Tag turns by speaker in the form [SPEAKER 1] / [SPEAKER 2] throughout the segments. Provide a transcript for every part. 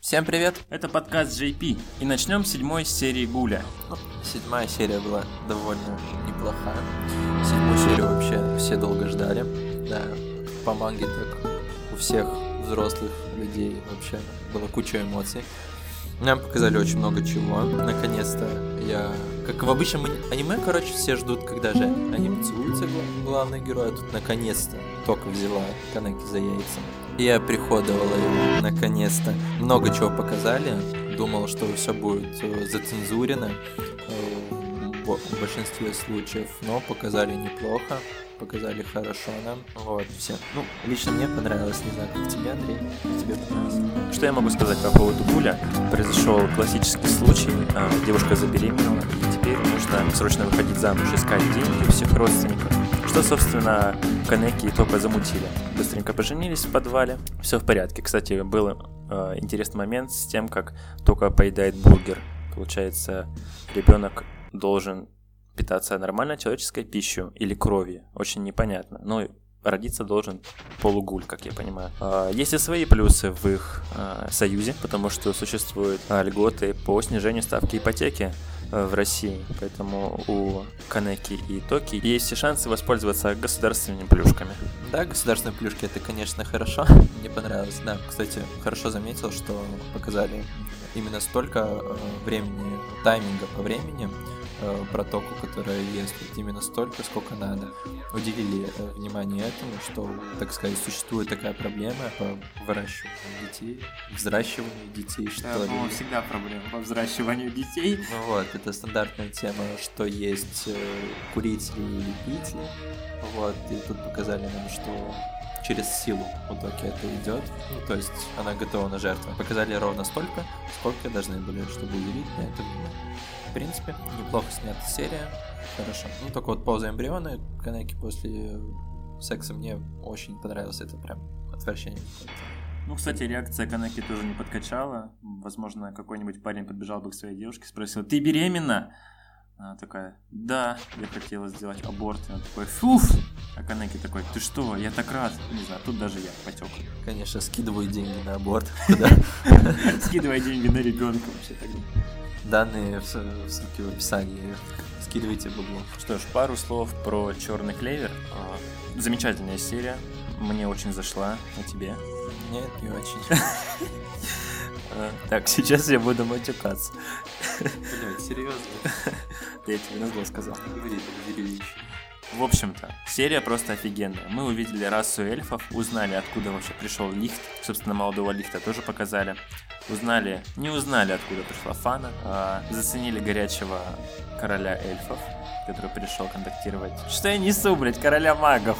[SPEAKER 1] Всем привет!
[SPEAKER 2] Это подкаст JP, и начнем с седьмой серии Гуля.
[SPEAKER 1] Ну, Седьмая серия была довольно неплохая. Седьмую серию вообще все долго ждали. Да, по манге так у всех взрослых людей вообще было куча эмоций. Нам показали очень много чего. Наконец-то я... Как в обычном ани- аниме, короче, все ждут, когда же они целуются, гла- главный герой. А тут наконец-то только взяла Канеки за яйца. И я приходовала его, наконец-то. Много чего показали. Думал, что все будет э, зацензурено э, в бо- в большинстве случаев, но показали неплохо, показали хорошо нам. Вот, все. Ну, лично мне понравилось, не знаю, как тебе, Андрей, как тебе понравилось.
[SPEAKER 2] Что я могу сказать по поводу Гуля? Произошел классический случай, а, девушка забеременела, и теперь нужно срочно выходить замуж, искать деньги у всех родственников. Что, собственно, Канеки и Топа замутили. Быстренько поженились в подвале, все в порядке. Кстати, был э, интересный момент с тем, как Тока поедает бургер. Получается, ребенок должен питаться нормально человеческой пищей или кровью. Очень непонятно. Но родиться должен полугуль, как я понимаю. А, Есть и свои плюсы в их а, союзе, потому что существуют а, льготы по снижению ставки ипотеки а, в России, поэтому у Канеки и Токи есть все шансы воспользоваться государственными плюшками.
[SPEAKER 1] Да, государственные плюшки, это, конечно, хорошо. Мне понравилось, да. Кстати, хорошо заметил, что показали именно столько э, времени, тайминга по времени э, протоку, которая ест, вот именно столько, сколько надо. Уделили э, внимание этому, что, так сказать, существует такая проблема по выращиванию детей, взращиванию детей, что
[SPEAKER 3] Да,
[SPEAKER 1] ли.
[SPEAKER 3] по-моему, всегда проблема по взращиванию детей.
[SPEAKER 1] Ну вот, это стандартная тема, что есть э, курители и любители. Вот, и тут показали нам, что через силу у Доки это идет. Ну, то есть она готова на жертву. Показали ровно столько, сколько должны были, чтобы уделить на это внимание. В принципе, неплохо снята серия. Хорошо. Ну, только вот поза эмбриона Канеки после секса мне очень понравилось. Это прям отвращение. какое-то.
[SPEAKER 2] Ну, кстати, реакция Канеки тоже не подкачала. Возможно, какой-нибудь парень подбежал бы к своей девушке, спросил, ты беременна? Она такая, да, я хотела сделать аборт. И она такой, фуф! А Канеки такой, ты что, я так рад. Не знаю, тут даже я потек.
[SPEAKER 1] Конечно, скидываю деньги на аборт. Куда?
[SPEAKER 2] Скидывай деньги на ребенка вообще тогда.
[SPEAKER 1] Данные в, в ссылке в описании. Скидывайте бабло.
[SPEAKER 2] Что ж, пару слов про черный клевер. А, Замечательная серия. Мне очень зашла. А тебе?
[SPEAKER 1] Нет, не очень.
[SPEAKER 2] А, Так, сейчас я буду матюкаться.
[SPEAKER 1] Блять, серьезно.
[SPEAKER 2] Я тебе на зло сказал.
[SPEAKER 1] Говори, деревич.
[SPEAKER 2] В общем-то, серия просто офигенная. Мы увидели расу эльфов, узнали, откуда вообще пришел лифт. Собственно, молодого лифта тоже показали. Узнали, не узнали, откуда пришла Фана. а, заценили горячего короля эльфов, который пришел контактировать. Что я несу, блядь, короля магов?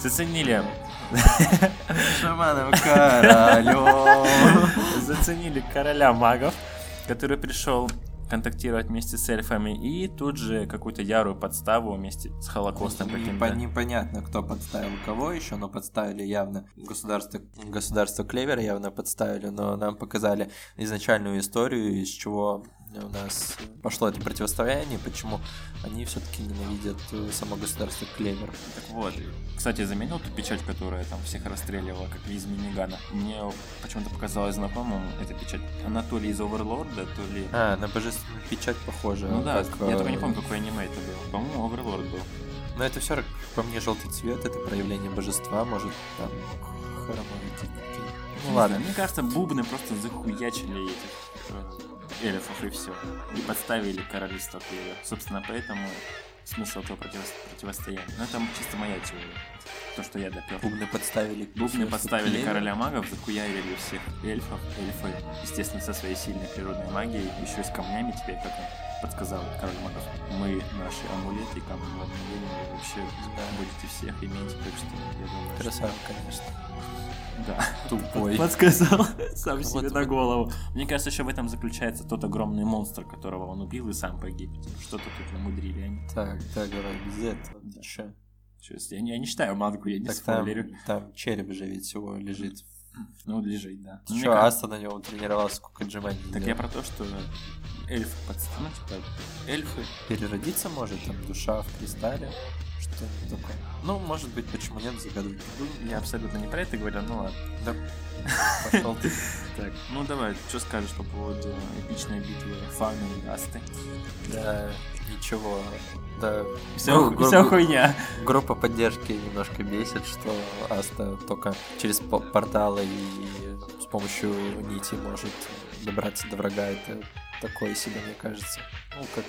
[SPEAKER 2] Заценили
[SPEAKER 3] Шаманом королем.
[SPEAKER 2] Заценили короля магов, который пришел контактировать вместе с эльфами, и тут же какую-то ярую подставу вместе с Холокостом каким-то.
[SPEAKER 1] Непонятно, кто подставил кого еще, но подставили явно. Государство, государство Клевера явно подставили, но нам показали изначальную историю, из чего у нас пошло это противостояние, почему они все-таки ненавидят э, само государство Клевер.
[SPEAKER 2] Так вот. Кстати, заметил ту печать, которая там всех расстреливала, как из минигана? Мне почему-то показалась знакомым эта печать. Она то ли из Оверлорда, то ли...
[SPEAKER 1] А, на божественную печать похоже.
[SPEAKER 2] Ну да,
[SPEAKER 1] как,
[SPEAKER 2] я
[SPEAKER 1] э,
[SPEAKER 2] только не помню, какой аниме это было. По-моему, Оверлорд был.
[SPEAKER 1] Но это все по мне желтый цвет, это проявление божества, может там хромоны какие-то. Ну
[SPEAKER 2] Не
[SPEAKER 1] ладно.
[SPEAKER 2] знаю, Мне кажется, бубны просто захуячили этих э, эльфов и все. И подставили королевство Клевер. Собственно, поэтому смысл этого противос- противостояния. Но это чисто моя теория. То, что я допер.
[SPEAKER 1] Бубны подставили.
[SPEAKER 2] Бубны
[SPEAKER 1] Всё,
[SPEAKER 2] подставили
[SPEAKER 1] всё.
[SPEAKER 2] короля магов, захуярили всех эльфов. Эльфы, естественно, со своей сильной природной магией, еще и с камнями теперь, как нам подсказал король магов. Мы, наши амулеты, и камни амулеты, вообще
[SPEAKER 1] Да.
[SPEAKER 2] будете всех иметь, так что я думаю, что-
[SPEAKER 1] Красава, конечно.
[SPEAKER 2] Да.
[SPEAKER 1] Тупой.
[SPEAKER 2] Подсказал сам
[SPEAKER 1] Вот
[SPEAKER 2] себе на
[SPEAKER 1] вот.
[SPEAKER 2] голову. Мне кажется, еще в этом заключается тот огромный монстр, которого он убил и сам погиб. Что-то тут намудрили они.
[SPEAKER 1] Так, так, давай, без этого.
[SPEAKER 2] Да.
[SPEAKER 1] Чё?
[SPEAKER 2] Чё, если- Я не, я не читаю мангу, я не
[SPEAKER 1] Так там,
[SPEAKER 2] спойлерю.
[SPEAKER 1] там череп же ведь его лежит.
[SPEAKER 2] Ну, лежит, да.
[SPEAKER 1] Ты
[SPEAKER 2] Мне
[SPEAKER 1] чё,
[SPEAKER 2] кажется-
[SPEAKER 1] Аста на нем тренировался, сколько отжиманий
[SPEAKER 2] Так
[SPEAKER 1] сделал?
[SPEAKER 2] я про то, что эльфы подстанут, эльфы
[SPEAKER 1] Переродиться может, там душа в кристалле, что что-нибудь такое. Ну, может быть, почему нет, загадывать не будем.
[SPEAKER 2] ну, Я абсолютно не про это говорил, ну ладно.
[SPEAKER 1] Пошел ты.
[SPEAKER 2] Так, ну давай, что скажешь по поводу эпичной битвы Фауны и Асты?
[SPEAKER 1] Да, ничего. Да,
[SPEAKER 2] Вся,
[SPEAKER 1] Ну, гру- гру- гру-
[SPEAKER 2] хуйня.
[SPEAKER 1] Группа поддержки немножко бесит, что Аста только через по- порталы и с помощью нити может добраться до врага. Это такое себе, мне кажется. Ну, как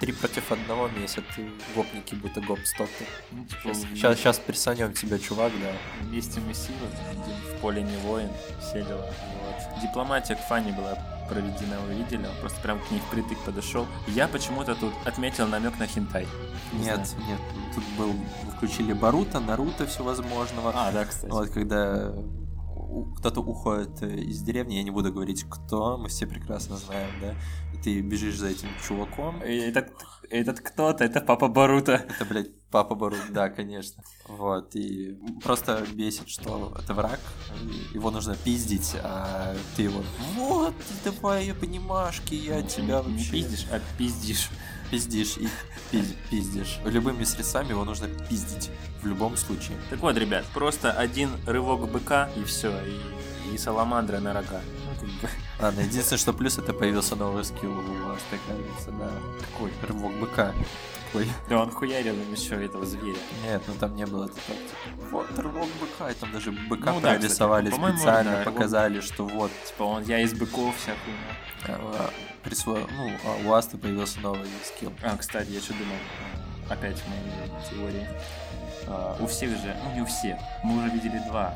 [SPEAKER 1] три против одного месяц, и гопники будто гоп-стоп.
[SPEAKER 2] Ну, типа,
[SPEAKER 1] Сейчас,
[SPEAKER 2] в-
[SPEAKER 1] сейчас, пересанем тебя, чувак, да.
[SPEAKER 2] Вместе мы сила, один в поле не воин, все дела. Вот. Дипломатия к Фане была проведена, вы видели, он просто прям к ней впритык подошел. Я почему-то тут отметил намек на хентай. Не
[SPEAKER 1] Нет,
[SPEAKER 2] знаю.
[SPEAKER 1] нет, тут был, включили Барута, Наруто всевозможного.
[SPEAKER 2] А, да, кстати.
[SPEAKER 1] Вот когда у- кто-то уходит э, из деревни, я не буду говорить кто, мы все прекрасно знаем, да. И ты бежишь за этим чуваком.
[SPEAKER 2] И Этот, этот кто-то, это папа Барута.
[SPEAKER 1] Это, блядь, папа Барут, да, конечно. Вот, и просто бесит, что это враг, и его нужно пиздить, а ты его, вот, ты твои понимашки, я тебя
[SPEAKER 2] не,
[SPEAKER 1] вообще...
[SPEAKER 2] пиздишь, а пиздишь.
[SPEAKER 1] Пиздишь и пиз- пиздишь. Любыми средствами его нужно пиздить, в любом случае.
[SPEAKER 2] Так вот, ребят, просто один рывок быка и все, и, и саламандра на рога. Ну, как бы,
[SPEAKER 1] Ладно, единственное, что плюс, это появился новый скилл у вас, так кажется, да. Такой рывок быка. Такой.
[SPEAKER 2] Да он хуярил им еще этого зверя.
[SPEAKER 1] Нет, ну там не было этой тактики. Вот рывок быка, и там даже быка
[SPEAKER 2] Ну да, кстати,
[SPEAKER 1] прорисовали
[SPEAKER 2] по-моему,
[SPEAKER 1] специально,
[SPEAKER 2] да, его-
[SPEAKER 1] показали, что вот,
[SPEAKER 2] Типа он, я из быков всякую.
[SPEAKER 1] а, присво... ну, а у Асты появился новый скилл.
[SPEAKER 2] А, кстати, я что думал, опять в моей теории. А, у всех же, ну не у всех, мы уже видели два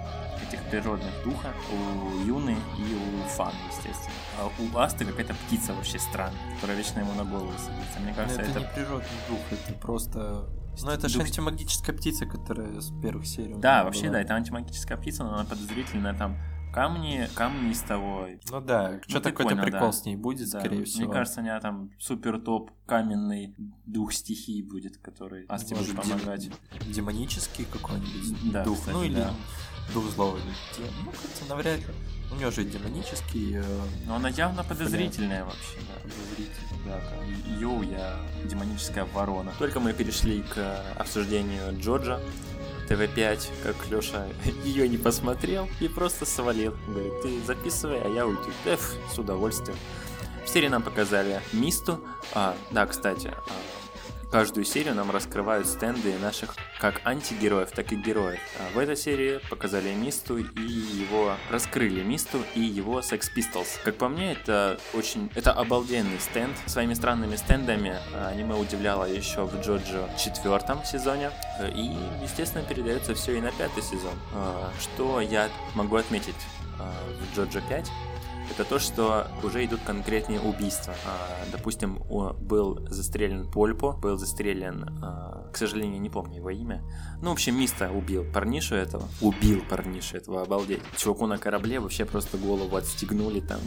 [SPEAKER 2] этих природных духа, у Юны и у Фан, естественно. А у Асты какая-то птица вообще странная, которая вечно ему на голову садится. Мне
[SPEAKER 1] Но
[SPEAKER 2] кажется,
[SPEAKER 1] ну, это,
[SPEAKER 2] это...
[SPEAKER 1] не природный дух, это просто... Ну, это же
[SPEAKER 2] Дух-
[SPEAKER 1] антимагическая птица, которая с первых серий. у
[SPEAKER 2] Да,
[SPEAKER 1] него
[SPEAKER 2] вообще,
[SPEAKER 1] была.
[SPEAKER 2] да, это антимагическая птица, но она подозрительная там камни, камни из того.
[SPEAKER 1] Ну да, ну,
[SPEAKER 2] Ну,
[SPEAKER 1] что-то
[SPEAKER 2] ты
[SPEAKER 1] какой-то
[SPEAKER 2] понял,
[SPEAKER 1] прикол
[SPEAKER 2] да.
[SPEAKER 1] с ней будет,
[SPEAKER 2] Да,
[SPEAKER 1] скорее
[SPEAKER 2] мне
[SPEAKER 1] всего.
[SPEAKER 2] кажется, у меня там супер топ каменный дух стихии будет, который Асте
[SPEAKER 1] Может,
[SPEAKER 2] будет
[SPEAKER 1] дем-
[SPEAKER 2] помогать.
[SPEAKER 1] Демонический какой-нибудь
[SPEAKER 2] Да,
[SPEAKER 1] дух,
[SPEAKER 2] кстати,
[SPEAKER 1] ну или
[SPEAKER 2] да.
[SPEAKER 1] дух злого. или дем- Ну, как-то навряд ли. У него же демонический э,
[SPEAKER 2] Но она явно подозрительная вообще, да.
[SPEAKER 1] зритель.
[SPEAKER 2] Да, как- йоу, я демоническая ворона. Только мы перешли к э, обсуждению Джоджа, ТВ-5, как Лёша ее не посмотрел и просто свалил. Говорит, ты записывай, а я уйду. Да, ф, с удовольствием. В серии нам показали Мисту. А, да, кстати, а, каждую серию нам раскрывают стенды наших как антигероев, так и героев. А в этой серии показали Мисту и его... Раскрыли Мисту и его Sex Pistols. Как по мне, это очень... Это обалденный стенд. Своими странными стендами а, аниме удивляло еще в Джоджо четвертом сезоне. Э, И, естественно, передается все и на пятый сезон. А, Что я могу отметить а, в Джоджо 5? это то, что уже идут конкретные убийства. А, Допустим, о- был застрелен Польпо, был застрелен, а, к сожалению, не помню его имя. Ну, в общем, Миста убил парнишу этого. Убил парнишу этого, обалдеть. Чуваку на корабле вообще просто голову отстегнули там.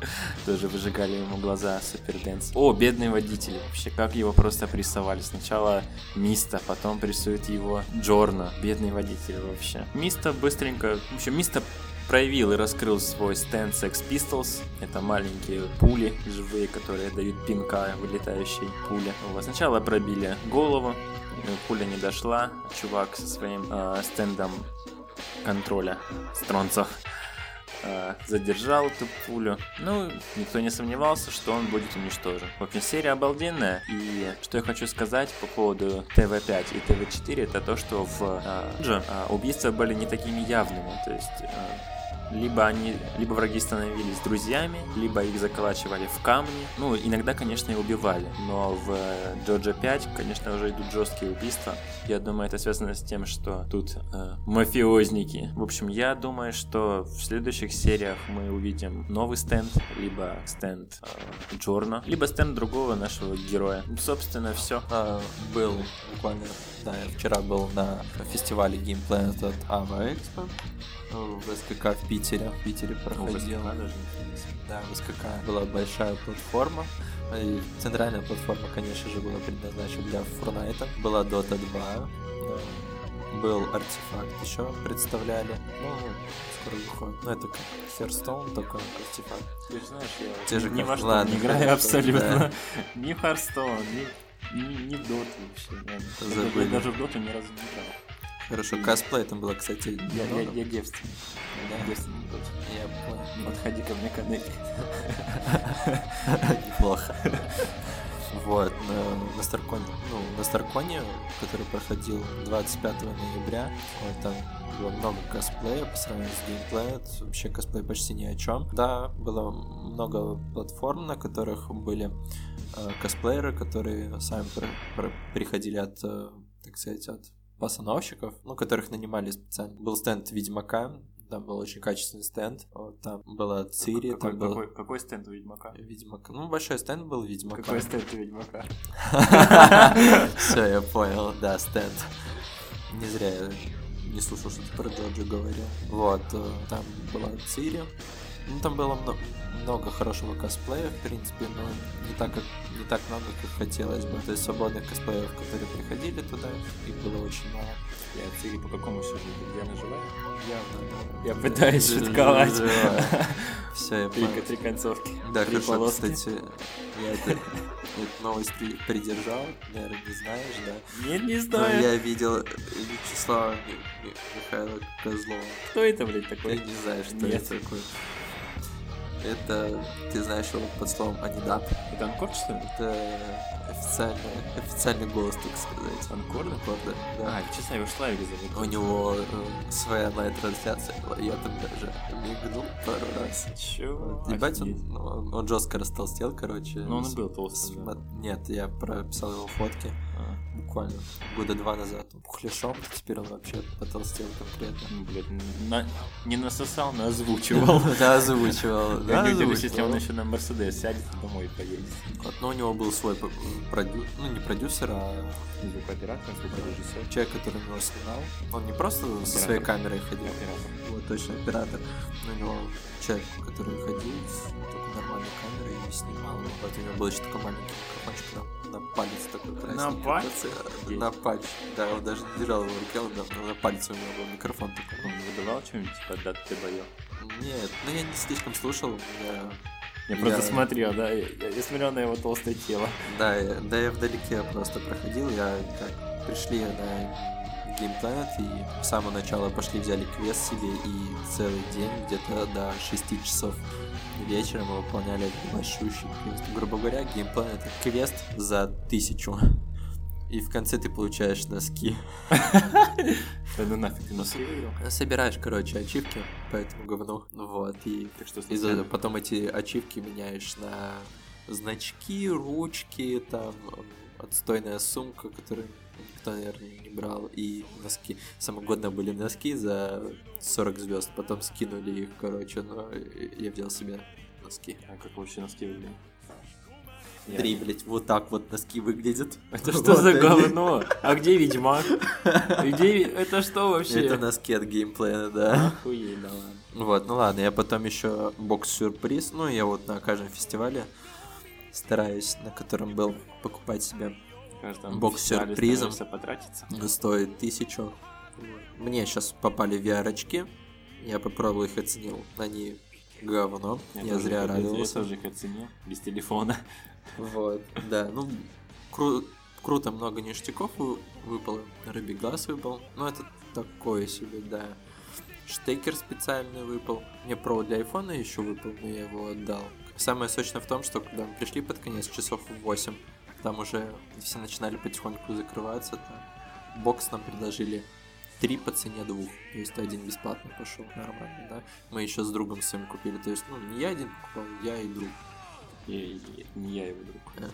[SPEAKER 2] Тоже выжигали ему глаза суперденс. О, бедный водитель. Вообще, как его просто прессовали. Сначала Миста, потом прессует его Джорна. Бедный водитель вообще. Миста быстренько... В общем, Миста проявил и раскрыл свой стенд Sex Pistols. Это маленькие пули живые, которые дают пинка вылетающей пули. Вот. Сначала пробили голову, э, пуля не дошла. Чувак со своим э, стендом контроля стронцев э, задержал эту пулю. Ну, никто не сомневался, что он будет уничтожен. В общем, серия обалденная. И что я хочу сказать по поводу ТВ-5 и ТВ-4, это то, что в э, Джо, э, убийства были не такими явными. То есть... э, либо они, либо враги становились друзьями, либо их заколачивали в камни. Ну, иногда, конечно, и убивали. Но в э, Джоджо 5, конечно, уже идут жесткие убийства. Я думаю, это связано с тем, что тут э, мафиозники. В общем, я думаю, что в следующих сериях мы увидим новый стенд, либо стенд э, Джорна, либо стенд другого нашего героя. Ну, Собственно, все.
[SPEAKER 1] А, был буквально, да, я вчера был на фестивале Game Planet от AVA Expo э, в СКК в Питере. В Питере проходил. Да, в СКК была большая платформа. И центральная платформа, конечно же, была предназначена для Fortnite. Была Dota 2. э, Был артефакт еще представляли. Ну, скоро выходит. Ну, это как Hearthstone, такой артефакт.
[SPEAKER 2] Ты же знаешь, я
[SPEAKER 1] Те же
[SPEAKER 2] ни во
[SPEAKER 1] карты.
[SPEAKER 2] что
[SPEAKER 1] Ладно,
[SPEAKER 2] не играю
[SPEAKER 1] хорошо,
[SPEAKER 2] абсолютно. Ни в Hearthstone, ни Не, не в доту вообще. Я, я
[SPEAKER 1] Забыли.
[SPEAKER 2] даже в доту ни разу не играл.
[SPEAKER 1] Хорошо, косплей там было, кстати,
[SPEAKER 2] Я, я,
[SPEAKER 1] много.
[SPEAKER 2] я девственник. Я девственник. в доте.
[SPEAKER 1] Я понял.
[SPEAKER 2] Не подходи ко мне, Канеки.
[SPEAKER 1] Неплохо. Вот, э, на, на Старконе, ну, на Старконе, который проходил 25 ноября, э, там было много косплея по сравнению с геймплеем, это вообще косплей почти ни о чем. Да, было много платформ, на которых были э, косплееры, которые сами пр- пр- приходили от, э, так сказать, от постановщиков, ну, которых нанимали специально. Был стенд Ведьмака, там был очень качественный стенд, вот, там была Цири,
[SPEAKER 2] какой,
[SPEAKER 1] там был...
[SPEAKER 2] какой, какой стенд у Ведьмака?
[SPEAKER 1] Ведьмак. Ну, большой стенд был Ведьмака.
[SPEAKER 2] Какой стенд у Ведьмака?
[SPEAKER 1] Все, я понял, да, стенд. Не зря я не слушал, что ты про Джоджо говорил. Вот, э, там была Цири. Ну, там было мно- много хорошего косплея, в принципе, но не так, как, не так много, как хотелось бы. То есть свободных косплеев, которые приходили туда, их было очень мало.
[SPEAKER 2] Я Цири по какому сюжету? Я наживаю?
[SPEAKER 1] Явно.
[SPEAKER 2] Я пытаюсь шутковать.
[SPEAKER 1] Все, я
[SPEAKER 2] Три,
[SPEAKER 1] понял.
[SPEAKER 2] три концовки.
[SPEAKER 1] Да,
[SPEAKER 2] три
[SPEAKER 1] хорошо,
[SPEAKER 2] полоски.
[SPEAKER 1] кстати, я это- эту новость при- придержал, наверное, не знаешь, да?
[SPEAKER 2] Нет, не
[SPEAKER 1] Но
[SPEAKER 2] знаю.
[SPEAKER 1] я видел Вячеслава Ми- Ми- Михаила Козлова.
[SPEAKER 2] Кто это, блядь,
[SPEAKER 1] Ты
[SPEAKER 2] такой?
[SPEAKER 1] не знаешь, что
[SPEAKER 2] Нет.
[SPEAKER 1] это такое. Это, ты знаешь его под словом «Анидап».
[SPEAKER 2] Это Анкор, что ли?
[SPEAKER 1] Это официальный, официальный голос, так сказать.
[SPEAKER 2] Анкорда?
[SPEAKER 1] Аккорда, да.
[SPEAKER 2] А, честно, я его Шлавик зовут.
[SPEAKER 1] У него э, своя онлайн-трансляция была, я там даже мигнул пару раз.
[SPEAKER 2] Чё?
[SPEAKER 1] Вот, Ебать, он,
[SPEAKER 2] Офигеть.
[SPEAKER 1] ну, он, он жестко растолстел, короче.
[SPEAKER 2] Ну, он и
[SPEAKER 1] С-
[SPEAKER 2] был толстым, да.
[SPEAKER 1] смо- Нет, я прописал его фотки
[SPEAKER 2] А,
[SPEAKER 1] буквально года два назад. Он Пухляшом, теперь он вообще потолстел конкретно.
[SPEAKER 2] Ну, блядь, на- не насосал, но озвучивал.
[SPEAKER 1] Да, озвучивал.
[SPEAKER 2] Я
[SPEAKER 1] Да,
[SPEAKER 2] не удивлюсь, если он
[SPEAKER 1] озвучивал.
[SPEAKER 2] еще на Мерседес сядет и домой поедет.
[SPEAKER 1] Вот, Но у него был свой п- продю- ну не продюсер, а
[SPEAKER 2] Звукооператор, звукорежиссер.
[SPEAKER 1] человек, который его снимал. Он не просто со своей
[SPEAKER 2] Оператор.
[SPEAKER 1] камерой ходил,
[SPEAKER 2] Оператор.
[SPEAKER 1] вот точно оператор. Но у него человек, который ходил с такой нормальной камерой и снимал. Вот у него был еще такой маленький микрофончик на, на палец такой красненький.
[SPEAKER 2] палец?
[SPEAKER 1] Да, На палец. Да, он даже не держал его в руке, он на- на пальце у него был микрофон такой.
[SPEAKER 2] Он выдавал что-нибудь, типа, да, ты боел.
[SPEAKER 1] Нет, ну я не слишком слушал, я Я-
[SPEAKER 2] Я просто смотрел, да, я, я- я смотрел на его толстое тело.
[SPEAKER 1] Да, я- да я вдалеке просто проходил, я как пришли на Game Planet и с самого начала пошли взяли квест себе и целый день, где-то до 6 часов вечера мы выполняли этот большущий квест. Грубо говоря, Game Planet это квест за тысячу. И в конце ты получаешь носки.
[SPEAKER 2] Да ну нафиг, ты носки выиграл.
[SPEAKER 1] Собираешь, короче, ачивки по этому говну. Вот, и
[SPEAKER 2] Ты что,
[SPEAKER 1] и за-
[SPEAKER 2] случайно?
[SPEAKER 1] потом эти ачивки меняешь на значки, ручки, там э, отстойная сумка, которую никто, наверное, не брал, и носки. Самогодно были носки за 40 звезд, потом скинули их, короче, но э, я взял себе носки.
[SPEAKER 2] А как вообще носки выиграл? Я-
[SPEAKER 1] Три, блядь, вот так вот носки выглядят.
[SPEAKER 2] Это что
[SPEAKER 1] Вот
[SPEAKER 2] за
[SPEAKER 1] они.
[SPEAKER 2] говно? А где Ведьмак? И Где... ви- Это что вообще?
[SPEAKER 1] Это носки от геймплея, да.
[SPEAKER 2] Охуеть, да ладно.
[SPEAKER 1] Вот, ну ладно, я потом еще бокс-сюрприз, ну я вот на каждом фестивале стараюсь, на котором был, покупать себе
[SPEAKER 2] Каждому
[SPEAKER 1] Бокс с
[SPEAKER 2] фестивалю
[SPEAKER 1] сюрпризом.
[SPEAKER 2] стараешься потратиться.
[SPEAKER 1] стоит тысячу. Мне сейчас попали VR-очки, я попробовал их оценил, они говно, я,
[SPEAKER 2] тоже
[SPEAKER 1] зря
[SPEAKER 2] их-
[SPEAKER 1] радовался.
[SPEAKER 2] Я тоже их оценил, без телефона.
[SPEAKER 1] Вот, да, ну кру- круто, много ништяков вы- выпало, рыбий глаз выпал, ну это такое себе, да. Штекер специальный выпал, мне провод для айфона еще выпал, но я его отдал. Самое сочное в том, что когда мы пришли под конец, часов в 8, там уже все начинали потихоньку закрываться, там бокс нам предложили три по цене двух, то есть один бесплатно пошел, нормально, да. Мы еще с другом своим купили, то есть, ну, не я один покупал, я и друг.
[SPEAKER 2] И- и- Не я его друг.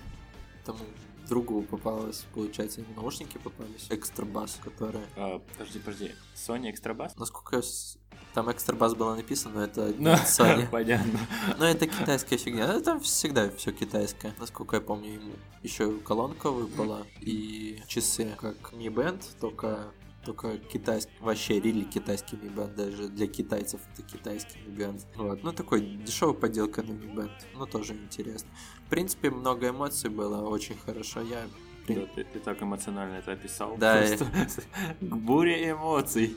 [SPEAKER 1] Тому Э, другу попалось, получается, не наушники попались, экстрабас, которые...
[SPEAKER 2] А, Подожди, подожди. Sony Экстрабас?
[SPEAKER 1] Насколько я... с- Там экстрабас было написано, но это не
[SPEAKER 2] Ну,
[SPEAKER 1] от Sony.
[SPEAKER 2] понятно.
[SPEAKER 1] Но это китайская фигня. Ну, Там всегда все китайское. Насколько я помню, ему еще колонка выпала и часы, как Mi Band, только только китайский, вообще рили китайский Mi Band, даже для китайцев это китайский Mi Band. Вот. Ну, такой дешевая поделка на Mi Band, но тоже интересно. В принципе, много эмоций было, очень хорошо. Я
[SPEAKER 2] Да, ты, ты так эмоционально это описал.
[SPEAKER 1] Да, я-
[SPEAKER 2] Просто К буре эмоций.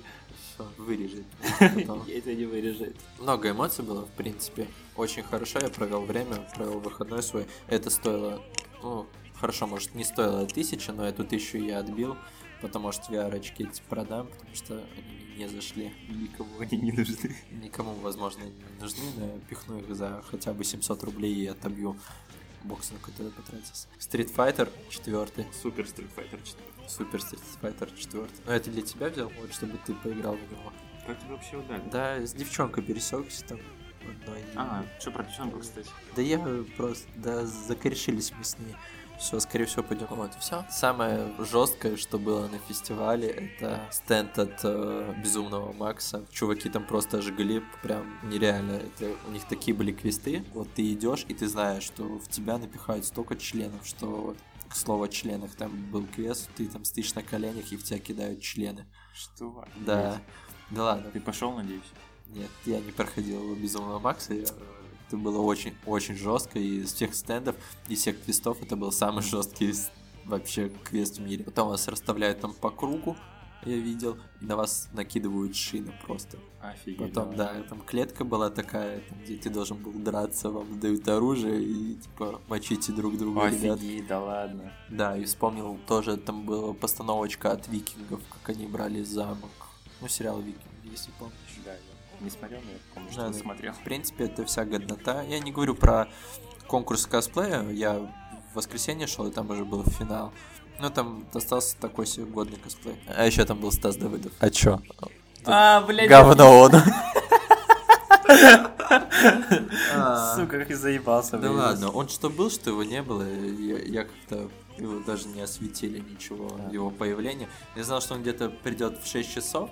[SPEAKER 1] Всё, вырежет. потом.
[SPEAKER 2] Я это не вырежет.
[SPEAKER 1] Много эмоций было, в принципе. Очень хорошо я провел время, провел выходной свой. Это стоило, ну, Хорошо, может, не стоило тысяча, но эту тысячу я отбил, потому что я очки эти продам, потому что они мне не зашли.
[SPEAKER 2] Никому они не нужны.
[SPEAKER 1] Никому, возможно, они не нужны, но я пихну их за хотя бы 700 рублей и отобью бокс, на который потратился. Street Fighter 4.
[SPEAKER 2] Супер Street Fighter 4.
[SPEAKER 1] Супер Street Fighter 4. Но это для тебя взял, вот, чтобы ты поиграл в него.
[SPEAKER 2] Как тебе вообще удали?
[SPEAKER 1] Да, с девчонкой пересекся там одной.
[SPEAKER 2] А, что про девчонку, кстати?
[SPEAKER 1] Да я просто, да, закорешились мы с ней. Все, скорее всего, пойдем. Вот, все. Самое жесткое, что было на фестивале, это стенд от э, Безумного Макса. Чуваки там просто жгли, прям нереально. Это, у них такие были квесты. Вот ты идешь, и ты знаешь, что в тебя напихают столько членов, что вот, к слову о членах, там был квест, ты там стоишь на коленях, и в тебя кидают члены.
[SPEAKER 2] Что?
[SPEAKER 1] Да. Да ладно,
[SPEAKER 2] Ты пошел, надеюсь?
[SPEAKER 1] нет, я не проходил Безумного Макса. я- э, Это было очень-очень жестко. И из всех стендов, из всех квестов это был самый жесткий с- вообще квест в мире. Потом вас расставляют там по кругу, я видел, и на вас накидывают шины просто.
[SPEAKER 2] Офигеть.
[SPEAKER 1] Потом, да, там клетка была такая, там, где ты должен был драться, вам дают оружие и, типа, мочите друг друга, ребят.
[SPEAKER 2] Офигеть, да ладно.
[SPEAKER 1] Да, и вспомнил тоже, там была постановочка от викингов, как они брали замок. Ну, сериал «Викинг», если помнишь.
[SPEAKER 2] Да, я не смотрел, но я помню,
[SPEAKER 1] Да,
[SPEAKER 2] что
[SPEAKER 1] да.
[SPEAKER 2] смотрел.
[SPEAKER 1] В принципе, это вся годнота. Я не говорю про конкурс косплея. Я в воскресенье шел, и там уже был финал. Ну, там остался такой себе годный косплей. А еще там был Стас Давыдов. А чё?
[SPEAKER 3] А, блядь,
[SPEAKER 1] Говно он.
[SPEAKER 2] Сука, как я заебался.
[SPEAKER 1] А, Да
[SPEAKER 2] блин.
[SPEAKER 1] ладно, он что был, что его не было, я, я как-то его даже не осветили ничего, его появление. Я знал, что он где-то придет в 6 часов,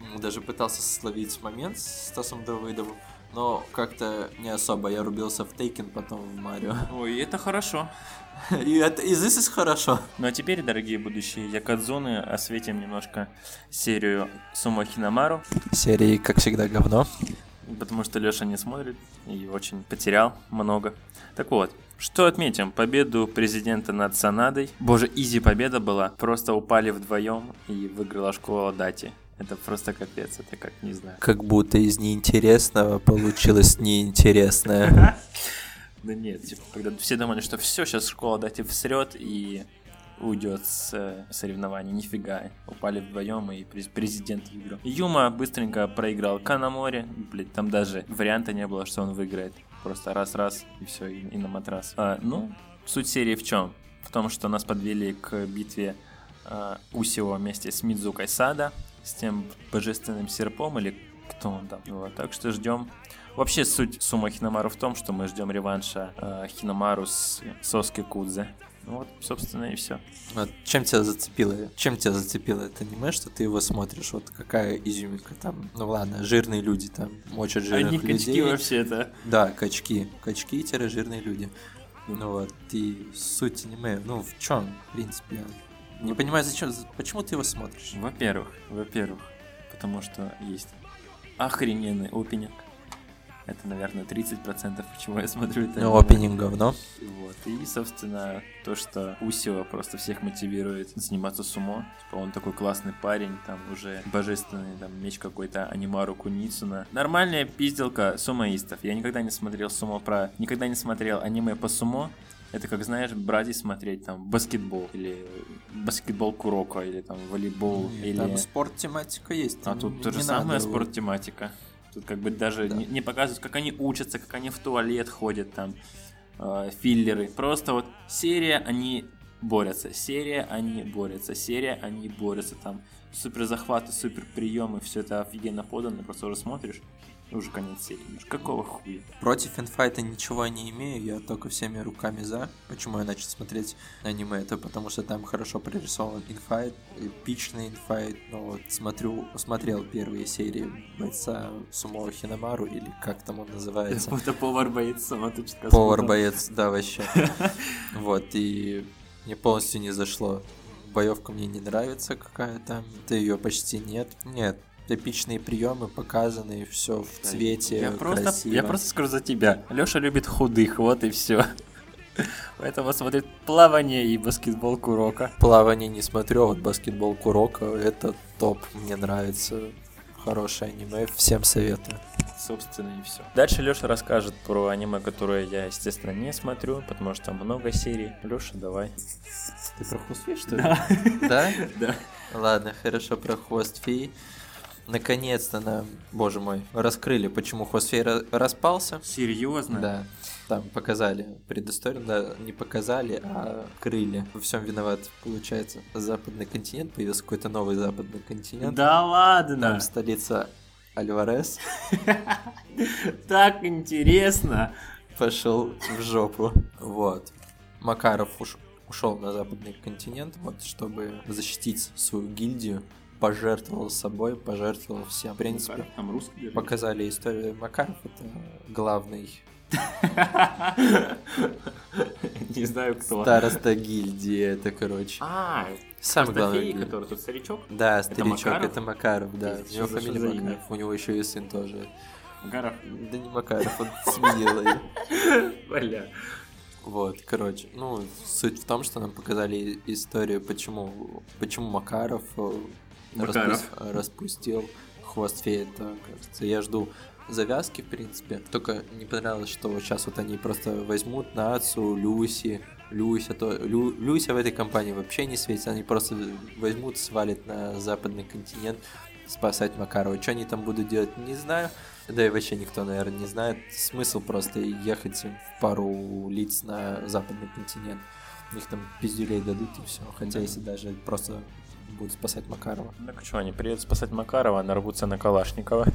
[SPEAKER 1] М, даже пытался словить момент с Стасом Давыдовым, но как-то не особо, я рубился в Тейкен, потом в Марио.
[SPEAKER 2] Ой, это хорошо.
[SPEAKER 1] И это из this is хорошо.
[SPEAKER 2] Ну а теперь, дорогие будущие якодзоны, осветим немножко серию Сумо Хинамару,
[SPEAKER 1] Серии, как всегда, говно.
[SPEAKER 2] потому что Леша не смотрит и очень потерял много. Так вот, что отметим? Победу президента над Санадой. Боже, изи победа была. Просто упали вдвоем и выиграла школа Дати. Это просто капец, это как, не знаю.
[SPEAKER 1] Как будто из неинтересного получилось неинтересное.
[SPEAKER 2] Да нет, типа, когда все думали, что все, сейчас школа дать всрет и уйдет с э, соревнований. Нифига. Упали вдвоем и през- президент выиграл. Юма быстренько проиграл Канаморе. Блин, там даже варианта не было, что он выиграет. Просто раз-раз и все, и, и на матрас. А, ну, суть серии в чем? В том, что нас подвели к битве э, Усио вместе с Мидзукой Сада, с тем божественным серпом или кто он там. Вот, так что ждем Вообще суть Сума Хиномару в том, что мы ждем реванша э, Хиномару с Соски Кудзе. Ну вот, собственно, и все.
[SPEAKER 1] Вот чем тебя зацепило? Чем тебя зацепило это аниме, что ты его смотришь? Вот какая изюминка там? Ну ладно, жирные люди там мочат жирных
[SPEAKER 2] Одни
[SPEAKER 1] людей.
[SPEAKER 2] качки вообще-то.
[SPEAKER 1] Да, качки. Качки-жирные люди. Ну вот, и суть аниме, ну в чем, в принципе, я не понимаю, зачем, за- почему ты его смотришь?
[SPEAKER 2] Во-первых, во-первых, потому что есть охрененный опенинг. Это, наверное, 30% почему я смотрю это.
[SPEAKER 1] Ну, опенинг говно.
[SPEAKER 2] Вот. И, собственно, то, что Усио просто всех мотивирует заниматься сумо. Типа, он такой классный парень, там уже божественный там, меч какой-то Анимару Куницуна. Нормальная пизделка сумоистов. Я никогда не смотрел сумо про... Никогда не смотрел аниме по сумо. Это как, знаешь, брать и смотреть там баскетбол или баскетбол Куроко или там волейбол Ну, или...
[SPEAKER 1] Там спорт-тематика есть.
[SPEAKER 2] А
[SPEAKER 1] там
[SPEAKER 2] тут
[SPEAKER 1] не-
[SPEAKER 2] то же
[SPEAKER 1] не
[SPEAKER 2] самое
[SPEAKER 1] надо его-
[SPEAKER 2] спорт-тематика. Тут как бы даже
[SPEAKER 1] Да.
[SPEAKER 2] не, не показывают, как они учатся, как они в туалет ходят, там, э, филлеры. Просто вот серия, они борются, серия, они борются, серия, они борются, там, супер захваты, супер приемы, все это офигенно подано, просто уже смотришь, и уже конец серии. Думаешь, Какого хуя?
[SPEAKER 1] Против инфайта ничего не имею, я только всеми руками за. Почему я начал смотреть аниме? Это потому что там хорошо прорисован инфайт, эпичный инфайт. Ну вот, смотрю, смотрел первые серии бойца Сумо Хинамару, или как там он называется.
[SPEAKER 2] Это повар боится, вот ты чё-то сказал.
[SPEAKER 1] Повар-боец, да, вообще. Вот, и мне полностью не зашло. Боевка мне не нравится какая-то, да ее почти нет. Нет, эпичные приемы показаны, все в цвете,
[SPEAKER 2] Я просто,
[SPEAKER 1] красиво.
[SPEAKER 2] я просто скажу за тебя. Леша любит худых, вот и все. Поэтому смотрит плавание и баскетбол Курока.
[SPEAKER 1] Плавание не смотрю, а вот баскетбол Курока это топ, мне нравится. Хорошее аниме, всем советую.
[SPEAKER 3] собственно, и все.
[SPEAKER 2] Дальше Леша расскажет про аниме, которое я, естественно, не смотрю, потому что там много серий. Леша, давай.
[SPEAKER 3] Ты про Хосфи, что ли? Да.
[SPEAKER 1] Да?
[SPEAKER 3] Да.
[SPEAKER 1] Ладно, хорошо, про хвост феи. Наконец-то нам, боже мой, раскрыли, почему хвост феи ра- распался.
[SPEAKER 2] Серьезно?
[SPEAKER 1] Да. Там показали предысторию, да, не показали, а крыли. Во всем виноват, получается, западный континент. Появился какой-то новый западный континент.
[SPEAKER 3] Да
[SPEAKER 1] Там
[SPEAKER 3] ладно.
[SPEAKER 1] столица Альварес
[SPEAKER 3] Так интересно.
[SPEAKER 1] пошел в жопу. Вот. Макаров уш- ушел на западный континент, вот, чтобы защитить свою гильдию. Пожертвовал собой, пожертвовал всем. В принципе,
[SPEAKER 3] Там русский.
[SPEAKER 1] показали историю Макаров, это главный
[SPEAKER 3] Не знаю, кто.
[SPEAKER 1] староста гильдии, это, короче,
[SPEAKER 3] А,
[SPEAKER 1] самый главный.
[SPEAKER 3] Стафей,
[SPEAKER 1] гильдии.
[SPEAKER 3] который тут старичок.
[SPEAKER 1] Да, старичок,
[SPEAKER 3] Макаров?
[SPEAKER 1] это Макаров, да.
[SPEAKER 3] Пиздец,
[SPEAKER 1] у
[SPEAKER 3] что
[SPEAKER 1] него
[SPEAKER 3] за
[SPEAKER 1] фамилия
[SPEAKER 3] шизоидно.
[SPEAKER 1] Макаров, у него еще и сын тоже.
[SPEAKER 3] Гаров.
[SPEAKER 1] Да не Макаров, он сменил её.
[SPEAKER 3] Бля.
[SPEAKER 1] Вот, короче, ну, суть в том, что нам показали историю, почему, почему Макаров, э,
[SPEAKER 3] Макаров.
[SPEAKER 1] распу- распустил хвост феи, это, кажется. Я жду завязки, в принципе. Только не понравилось, что вот сейчас вот они просто возьмут Нацию, Люси, Люся, то Лю- Люся в этой компании вообще не светится, они просто возьмут, свалят на западный континент спасать Макарова. Что они там будут делать, не знаю. Да и вообще никто, наверное, не знает. Смысл просто ехать им в пару лиц на западный континент. У них там пиздюлей дадут и все. Хотя если даже просто будут спасать Макарова.
[SPEAKER 2] Ну Так что, они приедут спасать Макарова, нарвутся на Калашникова.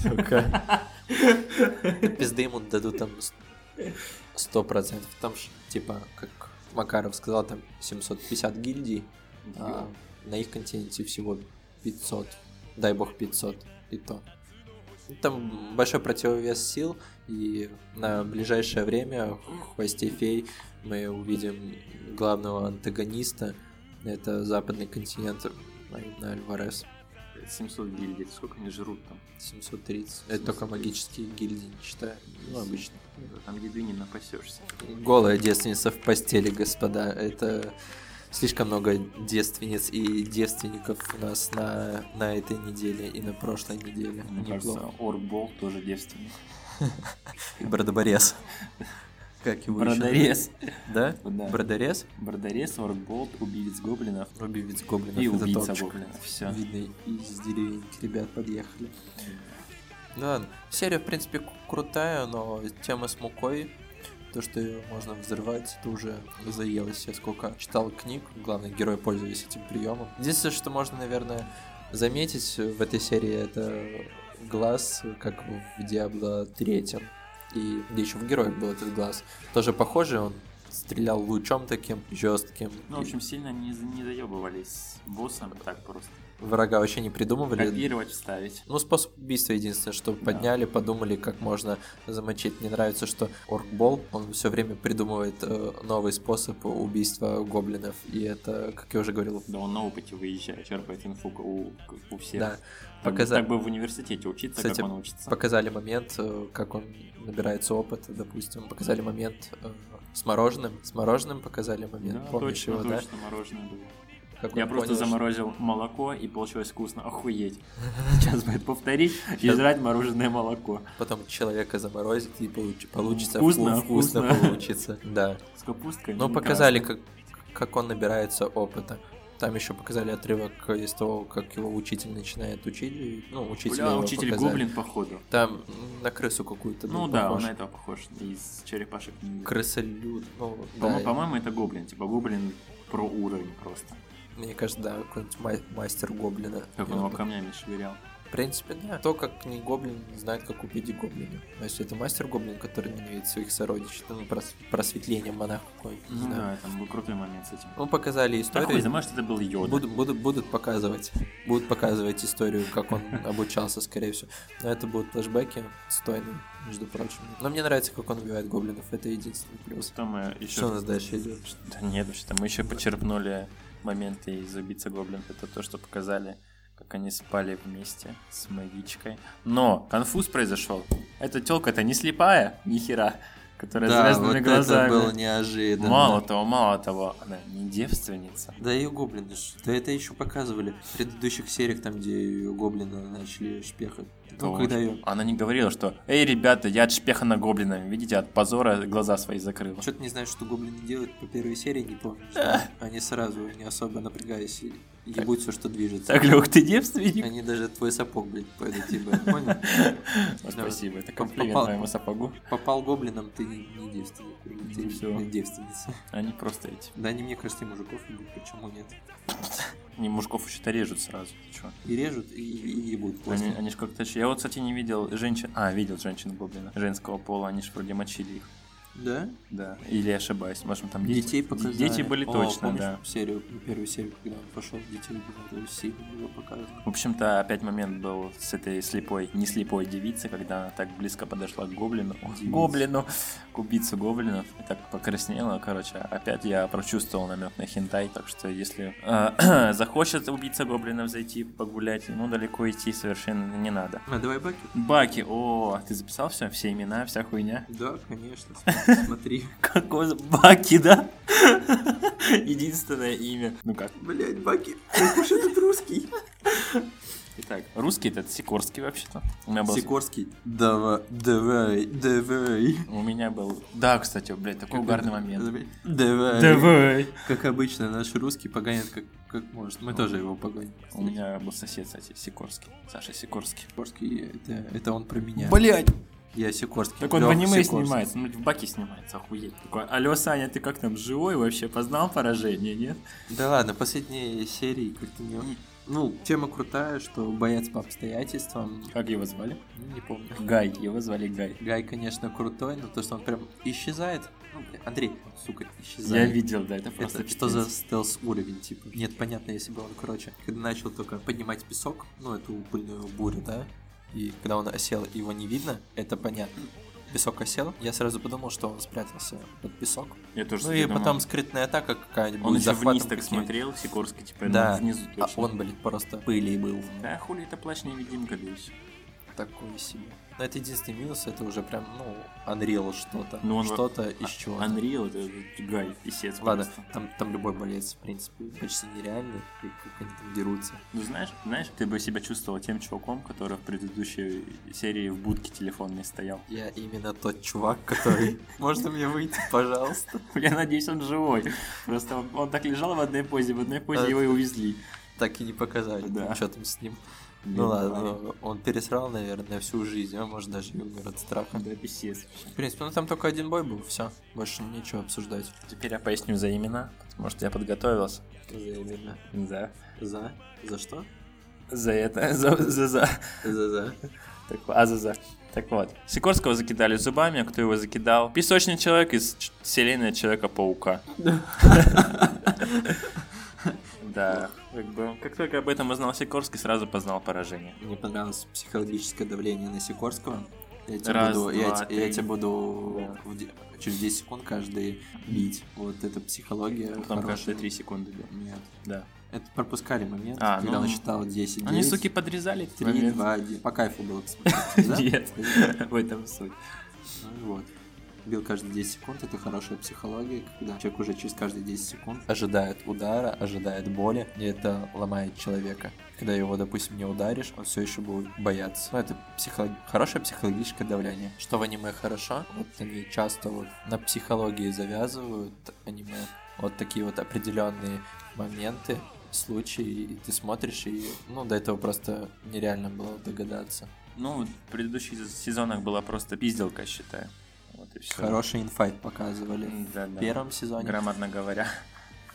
[SPEAKER 2] Сука.
[SPEAKER 1] Пизды ему дадут там с- сто процентов. Там ж, типа, как Макаров сказал, там 750 гильдий, а на их континенте всего 500. Дай бог 500. И то. Ну, Там большой противовес сил, и на ближайшее время в «Хвосте фей» мы увидим главного антагониста. Это западный континент, а именно Альварес.
[SPEAKER 3] 700 гильдий, сколько они жрут там?
[SPEAKER 1] 730. Это только магические гильдии, не считаю. Ну, обычно.
[SPEAKER 3] Там еды не напасешься.
[SPEAKER 1] Голая девственница в постели, господа. Это слишком много девственниц и девственников у нас на, на этой неделе и на прошлой неделе.
[SPEAKER 2] Мне
[SPEAKER 1] Неплохо.
[SPEAKER 2] кажется, Орбол тоже девственник.
[SPEAKER 1] И бродоборез. Как его ещё?
[SPEAKER 2] Бродорез.
[SPEAKER 1] Да?
[SPEAKER 2] Да.
[SPEAKER 1] Бродорез?
[SPEAKER 2] Бродорез, Орбол, убийц гоблинов.
[SPEAKER 1] Убивец гоблинов.
[SPEAKER 2] И
[SPEAKER 1] это
[SPEAKER 2] убийца
[SPEAKER 1] топчик.
[SPEAKER 2] гоблинов. Все.
[SPEAKER 1] Видно, из деревеньки ребят подъехали. Ну ладно. Серия, в принципе, к- крутая, но тема с мукой, то, что ее можно взрывать, это уже заелось. Я сколько читал книг, главный герой пользуясь этим приемом. Единственное, что можно, наверное, заметить в этой серии, это глаз, как в Диабло третьем. И где еще в героях был этот глаз. Тоже похожий, он стрелял лучом таким жестким.
[SPEAKER 2] Ну, в общем, сильно не, не заебывались с боссом, так просто.
[SPEAKER 1] Врага вообще не придумывали.
[SPEAKER 2] Копировать, вставить.
[SPEAKER 1] Ну, способ убийства единственное, что подняли, подумали, как можно замочить. Мне нравится, что Оркбол, он все время придумывает э, новый способ убийства гоблинов. И это, как я уже говорил,
[SPEAKER 2] Да он на опыте выезжает, черпает инфу у, у всех.
[SPEAKER 1] да,
[SPEAKER 2] Так бы-
[SPEAKER 1] показа-
[SPEAKER 2] Так бы в университете учиться,
[SPEAKER 1] Кстати,
[SPEAKER 2] как он учится.
[SPEAKER 1] показали момент, э, как он набирается опыта, допустим. Показали момент э, с мороженым. С мороженым показали момент. Помнишь
[SPEAKER 2] точно,
[SPEAKER 1] его, да?
[SPEAKER 2] точно, мороженое было.
[SPEAKER 1] Как
[SPEAKER 2] Я
[SPEAKER 1] он
[SPEAKER 2] просто
[SPEAKER 1] понял, что-
[SPEAKER 2] заморозил молоко и получилось вкусно. Охуеть. Сейчас будет повторить и жрать мороженое молоко.
[SPEAKER 1] Потом человека заморозит и получ- получится
[SPEAKER 2] Вкусно,
[SPEAKER 1] вку- вкусно,
[SPEAKER 2] вкусно.
[SPEAKER 1] получится. Да.
[SPEAKER 2] С капусткой.
[SPEAKER 1] Но
[SPEAKER 2] ну,
[SPEAKER 1] показали,
[SPEAKER 2] красное.
[SPEAKER 1] как, как он набирается опыта. Там еще показали отрывок из того, как его учитель начинает учить. и- Ну, учителя
[SPEAKER 2] Бля,
[SPEAKER 1] его
[SPEAKER 2] учитель
[SPEAKER 1] показали.
[SPEAKER 2] гоблин, походу.
[SPEAKER 1] Там м, на крысу какую-то. был
[SPEAKER 2] Ну да, он
[SPEAKER 1] похож.
[SPEAKER 2] на этого похож. Из черепашек. ниндзя.
[SPEAKER 1] Крысолюд. Ну,
[SPEAKER 2] По-мо-
[SPEAKER 1] да,
[SPEAKER 2] По-моему, это гоблин. Типа гоблин про уровень просто.
[SPEAKER 1] мне кажется, да, какой-нибудь ма- мастер гоблина.
[SPEAKER 2] Как
[SPEAKER 1] И
[SPEAKER 2] он его
[SPEAKER 1] он-
[SPEAKER 2] камнями швырял.
[SPEAKER 1] В принципе, да. То, как не гоблин, не знает, как убить гоблина. То есть это мастер гоблин, который ненавидит своих сородичей. Ну, прос- просветление монах какой-нибудь. не
[SPEAKER 2] Ну
[SPEAKER 1] знаю.
[SPEAKER 2] да, там был крутой момент с этим.
[SPEAKER 1] Ну, показали
[SPEAKER 2] Да
[SPEAKER 1] историю.
[SPEAKER 2] хуй, знает, может, это был Йода.
[SPEAKER 1] Буду- буду- будут показывать. Будут показывать историю, как он обучался, скорее всего. Но это будут флешбеки стойные, между прочим. Но мне нравится, как он убивает гоблинов. Это единственный плюс.
[SPEAKER 2] Что мы еще...
[SPEAKER 1] Что у нас дальше идет?
[SPEAKER 2] Да нет, вообще-то мы еще почерпнули моменты из «Убийца гоблин». Это то, что показали, как они спали вместе с магичкой. Но конфуз произошел. Эта телка-то не слепая, ни хера, которая с звездными глазами.
[SPEAKER 1] неожиданно.
[SPEAKER 2] Мало того, мало того, она не девственница.
[SPEAKER 1] Да и гоблины ж. Да это еще показывали. В предыдущих сериях, там, где её гоблины начали шпехать. Ну,
[SPEAKER 2] Вот.
[SPEAKER 1] когда ее...
[SPEAKER 2] Она не говорила, что «Эй, ребята, я отшпехана гоблина». Видите, от позора глаза свои закрыла.
[SPEAKER 1] Что-то не знаю, что гоблины делают по первой серии, не помню. что Они сразу, не особо напрягаясь, и ебут все, что движется.
[SPEAKER 2] Так, Лёх, ты девственник?
[SPEAKER 1] Они даже твой сапог, блядь, пойдут тебе, понял?
[SPEAKER 2] Спасибо, это
[SPEAKER 1] Попал.
[SPEAKER 2] комплимент моему сапогу.
[SPEAKER 1] Попал гоблином, ты не не девственник,
[SPEAKER 2] Иди всё.
[SPEAKER 1] ты девственница.
[SPEAKER 2] Они просто эти.
[SPEAKER 1] Да они, мне кажется, и мужиков ебут, почему нет?
[SPEAKER 2] Они мужиков еще-то режут сразу. Ты чё?
[SPEAKER 1] И режут, и, и ебут
[SPEAKER 2] Они,
[SPEAKER 1] после.
[SPEAKER 2] они ж как-то... щ- Я вот, кстати, не видел женщин... А, видел женщин-гоблина. Женского пола, они же вроде мочили их.
[SPEAKER 1] Да?
[SPEAKER 2] Да. Или я ошибаюсь. Может, там дети...
[SPEAKER 1] Детей показали.
[SPEAKER 2] Дети были
[SPEAKER 1] О,
[SPEAKER 2] точно,
[SPEAKER 1] помнишь
[SPEAKER 2] да.
[SPEAKER 1] серию, первую серию, когда он пошел, детей убивал, то есть сильно его показывали.
[SPEAKER 2] В общем-то, опять момент был с этой слепой, не слепой девицей, когда она так близко подошла к гоблину. О,
[SPEAKER 1] Девица.
[SPEAKER 2] Гоблину! К убийце гоблинов. И так покраснела. Короче, опять я прочувствовал намек на хентай. Так что, если э, захочет убийца гоблинов зайти погулять, ему далеко идти совершенно не надо.
[SPEAKER 1] А, давай баки.
[SPEAKER 2] Баки, о, ты записал все? Все имена, вся хуйня?
[SPEAKER 1] Да, конечно, см- смотри.
[SPEAKER 2] Какой за- Баки, да? Единственное имя. Ну как?
[SPEAKER 1] Блять, Баки, какой же этот русский?
[SPEAKER 2] Итак, русский этот Сикорский вообще-то. У меня был
[SPEAKER 1] Сикорский. Давай, давай, давай.
[SPEAKER 2] У меня был... Да, кстати, блядь, такой угарный момент.
[SPEAKER 1] Давай.
[SPEAKER 2] Давай!
[SPEAKER 1] Как обычно, наш русский погонят как, как может.
[SPEAKER 2] Ну,
[SPEAKER 1] Мы тоже его погоним.
[SPEAKER 2] У меня был сосед, кстати, Сикорский. Саша Сикорский.
[SPEAKER 1] Сикорский, это, это он про меня.
[SPEAKER 2] Блять!
[SPEAKER 1] Я Сикорский.
[SPEAKER 2] Так он в
[SPEAKER 1] Лёва
[SPEAKER 2] аниме
[SPEAKER 1] Сикорский.
[SPEAKER 2] снимается, ну, в баке снимается, охуеть. Такой, алло, Саня, ты как там, живой вообще? Познал поражение, нет?
[SPEAKER 1] Да ладно, последние серии как-то не... Ну, тема крутая, что боец по обстоятельствам,
[SPEAKER 2] Как его звали?
[SPEAKER 1] ну, не помню.
[SPEAKER 2] Гай, его звали Гай.
[SPEAKER 1] Гай, конечно, крутой, но то, что он прям исчезает. Ну, бля, Андрей, сука,
[SPEAKER 2] Я
[SPEAKER 1] исчезает.
[SPEAKER 2] видел, да, это просто
[SPEAKER 1] Это что за
[SPEAKER 2] пиздец.
[SPEAKER 1] стелс уровень, типа? Нет, понятно, если бы он, короче, когда начал только поднимать песок, ну, эту пыльную бурю, да, и когда он осел, и его не видно, это понятно. Песок осел, я сразу подумал, что он спрятался под песок.
[SPEAKER 2] Я тоже
[SPEAKER 1] ну
[SPEAKER 2] себе
[SPEAKER 1] и
[SPEAKER 2] думал.
[SPEAKER 1] потом скрытная атака какая-нибудь.
[SPEAKER 2] Он еще
[SPEAKER 1] захватом
[SPEAKER 2] вниз так
[SPEAKER 1] каким-нибудь.
[SPEAKER 2] смотрел, Сикорский, типа, ну,
[SPEAKER 1] Да.
[SPEAKER 2] внизу
[SPEAKER 1] А
[SPEAKER 2] точно.
[SPEAKER 1] он, блин, просто пыли был.
[SPEAKER 2] Да, хули это плащ-невидимка, да и всё.
[SPEAKER 1] Такой себе. Но это единственный минус, это уже прям, ну, Unreal что-то.
[SPEAKER 2] Ну, он-
[SPEAKER 1] что-то из чего.
[SPEAKER 2] Unreal, это вот Гай, писец
[SPEAKER 1] Ладно,
[SPEAKER 2] просто.
[SPEAKER 1] там, там любой болец, в принципе, почти нереальный, и как они там дерутся.
[SPEAKER 2] Ну знаешь, знаешь, ты бы себя чувствовал тем чуваком, который в предыдущей серии в будке телефонной стоял.
[SPEAKER 1] Я именно тот чувак, который... Можно мне выйти, пожалуйста?
[SPEAKER 2] Я надеюсь, он живой. Просто он, он так лежал в одной позе, в одной позе
[SPEAKER 1] Да.
[SPEAKER 2] его и увезли.
[SPEAKER 1] Так и не показали,
[SPEAKER 2] Да.
[SPEAKER 1] что там с ним.
[SPEAKER 2] Блин,
[SPEAKER 1] Ну ладно, он пересрал, наверное, всю жизнь, а может даже и умер от страха.
[SPEAKER 2] Да, писец.
[SPEAKER 1] В принципе, ну там только один бой был, все, больше нечего обсуждать.
[SPEAKER 2] Теперь я поясню за имена, потому что я подготовился.
[SPEAKER 1] За
[SPEAKER 2] За.
[SPEAKER 1] За? За что?
[SPEAKER 2] За это. За, за, за.
[SPEAKER 1] За за.
[SPEAKER 2] Так, а за, за. Так вот. Сикорского закидали зубами, а кто его закидал? Песочный человек из ч- вселенной Человека-паука. Да, как бы, как только об этом узнал Сикорский, сразу познал поражение.
[SPEAKER 1] Мне понравилось психологическое давление на Сикорского. Я тебя
[SPEAKER 2] Раз,
[SPEAKER 1] буду, я,
[SPEAKER 2] два,
[SPEAKER 1] те- я
[SPEAKER 2] три.
[SPEAKER 1] тебя буду
[SPEAKER 2] Да.
[SPEAKER 1] в де- через 10 секунд каждый бить. Вот эта психология.
[SPEAKER 2] Потом
[SPEAKER 1] хорошая.
[SPEAKER 2] Ну, каждые три секунды бил.
[SPEAKER 1] Нет.
[SPEAKER 2] Да.
[SPEAKER 1] Это пропускали момент,
[SPEAKER 2] А,
[SPEAKER 1] когда
[SPEAKER 2] ну,
[SPEAKER 1] он считал 10
[SPEAKER 2] Они,
[SPEAKER 1] 9,
[SPEAKER 2] суки, подрезали этот
[SPEAKER 1] 3,
[SPEAKER 2] момент.
[SPEAKER 1] 2, 1. По кайфу было посмотреть. да?
[SPEAKER 2] Нет, в этом суть.
[SPEAKER 1] Ну и вот. Бил каждые 10 секунд, это хорошая психология, когда человек уже через каждые 10 секунд ожидает удара, ожидает боли, и это ломает человека. Когда его, допустим, не ударишь, он все еще будет бояться. Ну, это психолог- хорошее психологическое давление. Что в аниме хорошо, вот они часто вот на психологии завязывают аниме. Вот такие вот определенные моменты, случаи, и ты смотришь, и ну, до этого просто нереально было догадаться.
[SPEAKER 2] Ну, вот в предыдущих сезонах была просто пизделка, считаю. Вот и все.
[SPEAKER 1] Хороший инфайт показывали.
[SPEAKER 2] Да,
[SPEAKER 1] В
[SPEAKER 2] да.
[SPEAKER 1] первом сезоне.
[SPEAKER 2] Грамотно говоря.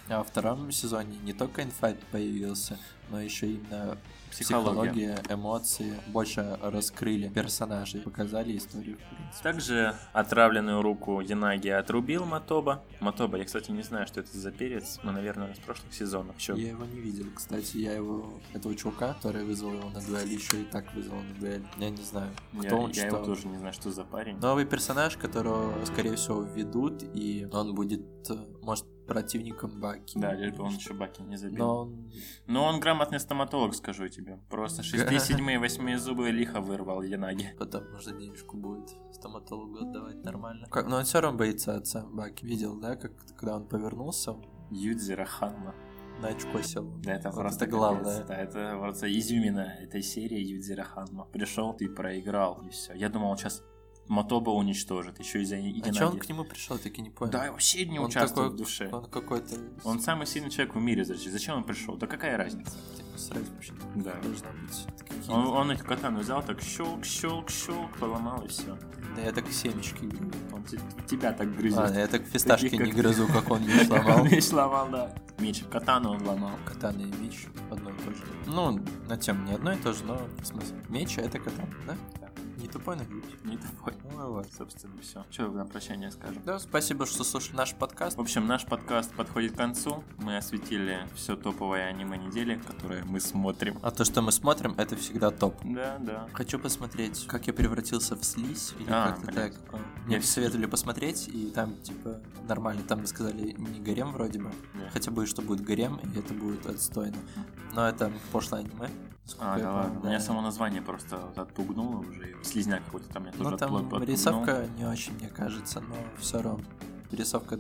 [SPEAKER 1] А во втором сезоне не только инфайт появился, но еще именно
[SPEAKER 2] Психология.
[SPEAKER 1] психология, эмоции больше раскрыли персонажей, показали историю, в принципе.
[SPEAKER 2] Также отравленную руку Янаги отрубил Матоба. Матоба, я, кстати, не знаю, что это за перец, но, наверное, из прошлых сезонов еще.
[SPEAKER 1] Я его не видел, кстати, я его, этого чувака, который вызвал его на дуэль, еще и так вызвал на дуэль. Я не знаю, кто
[SPEAKER 2] я,
[SPEAKER 1] он,
[SPEAKER 2] я
[SPEAKER 1] что
[SPEAKER 2] его
[SPEAKER 1] он.
[SPEAKER 2] тоже не знаю, что за парень.
[SPEAKER 1] Новый персонаж, которого, скорее всего, введут, и он будет, э, может, противником Баки.
[SPEAKER 2] Да, лишь бы он еще баки не забил.
[SPEAKER 1] Но он...
[SPEAKER 2] Но он грамотный стоматолог, скажу я тебе. Просто 6, 7, 8 зубы лихо вырвал Янаги.
[SPEAKER 1] Потом нужно денежку будет стоматологу отдавать нормально. Как, но он все равно боится отца Баки. Видел, да, как когда он повернулся,
[SPEAKER 2] Юдзира Ханма.
[SPEAKER 1] на очко сел.
[SPEAKER 2] Да, это
[SPEAKER 1] Вот
[SPEAKER 2] просто
[SPEAKER 1] это
[SPEAKER 2] главное.
[SPEAKER 1] главное.
[SPEAKER 2] Да, это просто изюмина этой серии Юдзира Ханма. Пришел, ты проиграл, и все. Я думал, он сейчас Мотоба уничтожит, еще из-за
[SPEAKER 1] А че он
[SPEAKER 2] Инаги.
[SPEAKER 1] к нему пришел, так и не понял.
[SPEAKER 2] Да, вообще не
[SPEAKER 1] Он такой-
[SPEAKER 2] участвует в душе.
[SPEAKER 1] Он какой-то...
[SPEAKER 2] Он самый сильный человек в мире, зачем? Зачем он пришел? Да какая разница?
[SPEAKER 1] Типа, срать вообще.
[SPEAKER 2] Да.
[SPEAKER 1] Должна быть. Какие-то-
[SPEAKER 2] Он, он эту катану взял, так щелк, щелк, щелк, поломал и все.
[SPEAKER 1] Да я так семечки...
[SPEAKER 2] Он те- тебя так грызет.
[SPEAKER 1] А, я так фисташки
[SPEAKER 2] Таких,
[SPEAKER 1] не
[SPEAKER 2] как-
[SPEAKER 1] грызу, как он ее
[SPEAKER 2] Как
[SPEAKER 1] сломал.
[SPEAKER 2] Он меч ломал, да. Меч, катану он ломал.
[SPEAKER 1] Катана и меч одно и то же. Ну, на тем не одно и то же, но смысл. Меч, а это катан, да?
[SPEAKER 2] Да.
[SPEAKER 1] Не тупой нагрузь.
[SPEAKER 2] Не такой.
[SPEAKER 1] Ну, вот.
[SPEAKER 2] Собственно, все. Что на прощание скажем?
[SPEAKER 1] Да, спасибо, что слушали наш подкаст.
[SPEAKER 2] В общем, наш подкаст подходит к концу. Мы осветили все топовое аниме недели, которое мы смотрим.
[SPEAKER 1] А то, что мы смотрим, это всегда топ.
[SPEAKER 2] Да, да.
[SPEAKER 1] Хочу посмотреть, как я превратился в слизь, или
[SPEAKER 2] А,
[SPEAKER 1] как-то
[SPEAKER 2] блядь.
[SPEAKER 1] так. Мне советовали посмотреть, и там, типа, нормально, там сказали, не гарем вроде бы.
[SPEAKER 2] Да.
[SPEAKER 1] Хотя бы, что будет гарем, и это будет отстойно. Но это пошлое аниме. Сколько
[SPEAKER 2] А,
[SPEAKER 1] я
[SPEAKER 2] да ладно.
[SPEAKER 1] помню,
[SPEAKER 2] Меня
[SPEAKER 1] да.
[SPEAKER 2] само название просто отпугнуло уже. и Слизняк какой-то там меня тоже
[SPEAKER 1] Ну,
[SPEAKER 2] отпу-
[SPEAKER 1] там
[SPEAKER 2] отпугнул.
[SPEAKER 1] рисовка не очень, мне кажется, но все равно. Рисовка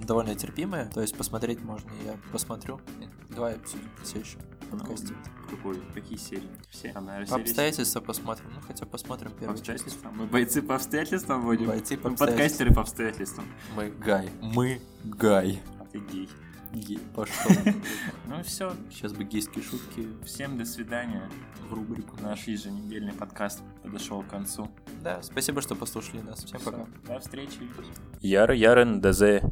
[SPEAKER 1] довольно терпимая, то есть посмотреть можно, я посмотрю. Давай обсудим в следующем
[SPEAKER 2] Ну,
[SPEAKER 1] подкасте.
[SPEAKER 2] какой, какие серии? Все. Там, наверное,
[SPEAKER 1] По
[SPEAKER 2] серии
[SPEAKER 1] обстоятельствам посмотрим, ну хотя посмотрим
[SPEAKER 2] По
[SPEAKER 1] первый.
[SPEAKER 2] обстоятельствам? Мы бойцы по обстоятельствам будем?
[SPEAKER 1] Бойцы по
[SPEAKER 2] Мы подкастеры по обстоятельствам.
[SPEAKER 1] Мы гай. Мы гай.
[SPEAKER 2] А ты гей.
[SPEAKER 1] Гей, пошел.
[SPEAKER 2] Ну все.
[SPEAKER 1] Сейчас бы гейские шутки
[SPEAKER 2] Всем до свидания.
[SPEAKER 1] в рубрику.
[SPEAKER 2] Наш еженедельный подкаст подошел к концу.
[SPEAKER 1] Да, спасибо, что послушали нас. Всем пока.
[SPEAKER 2] Всё. До встречи.
[SPEAKER 4] Яра Ярен ДЗ.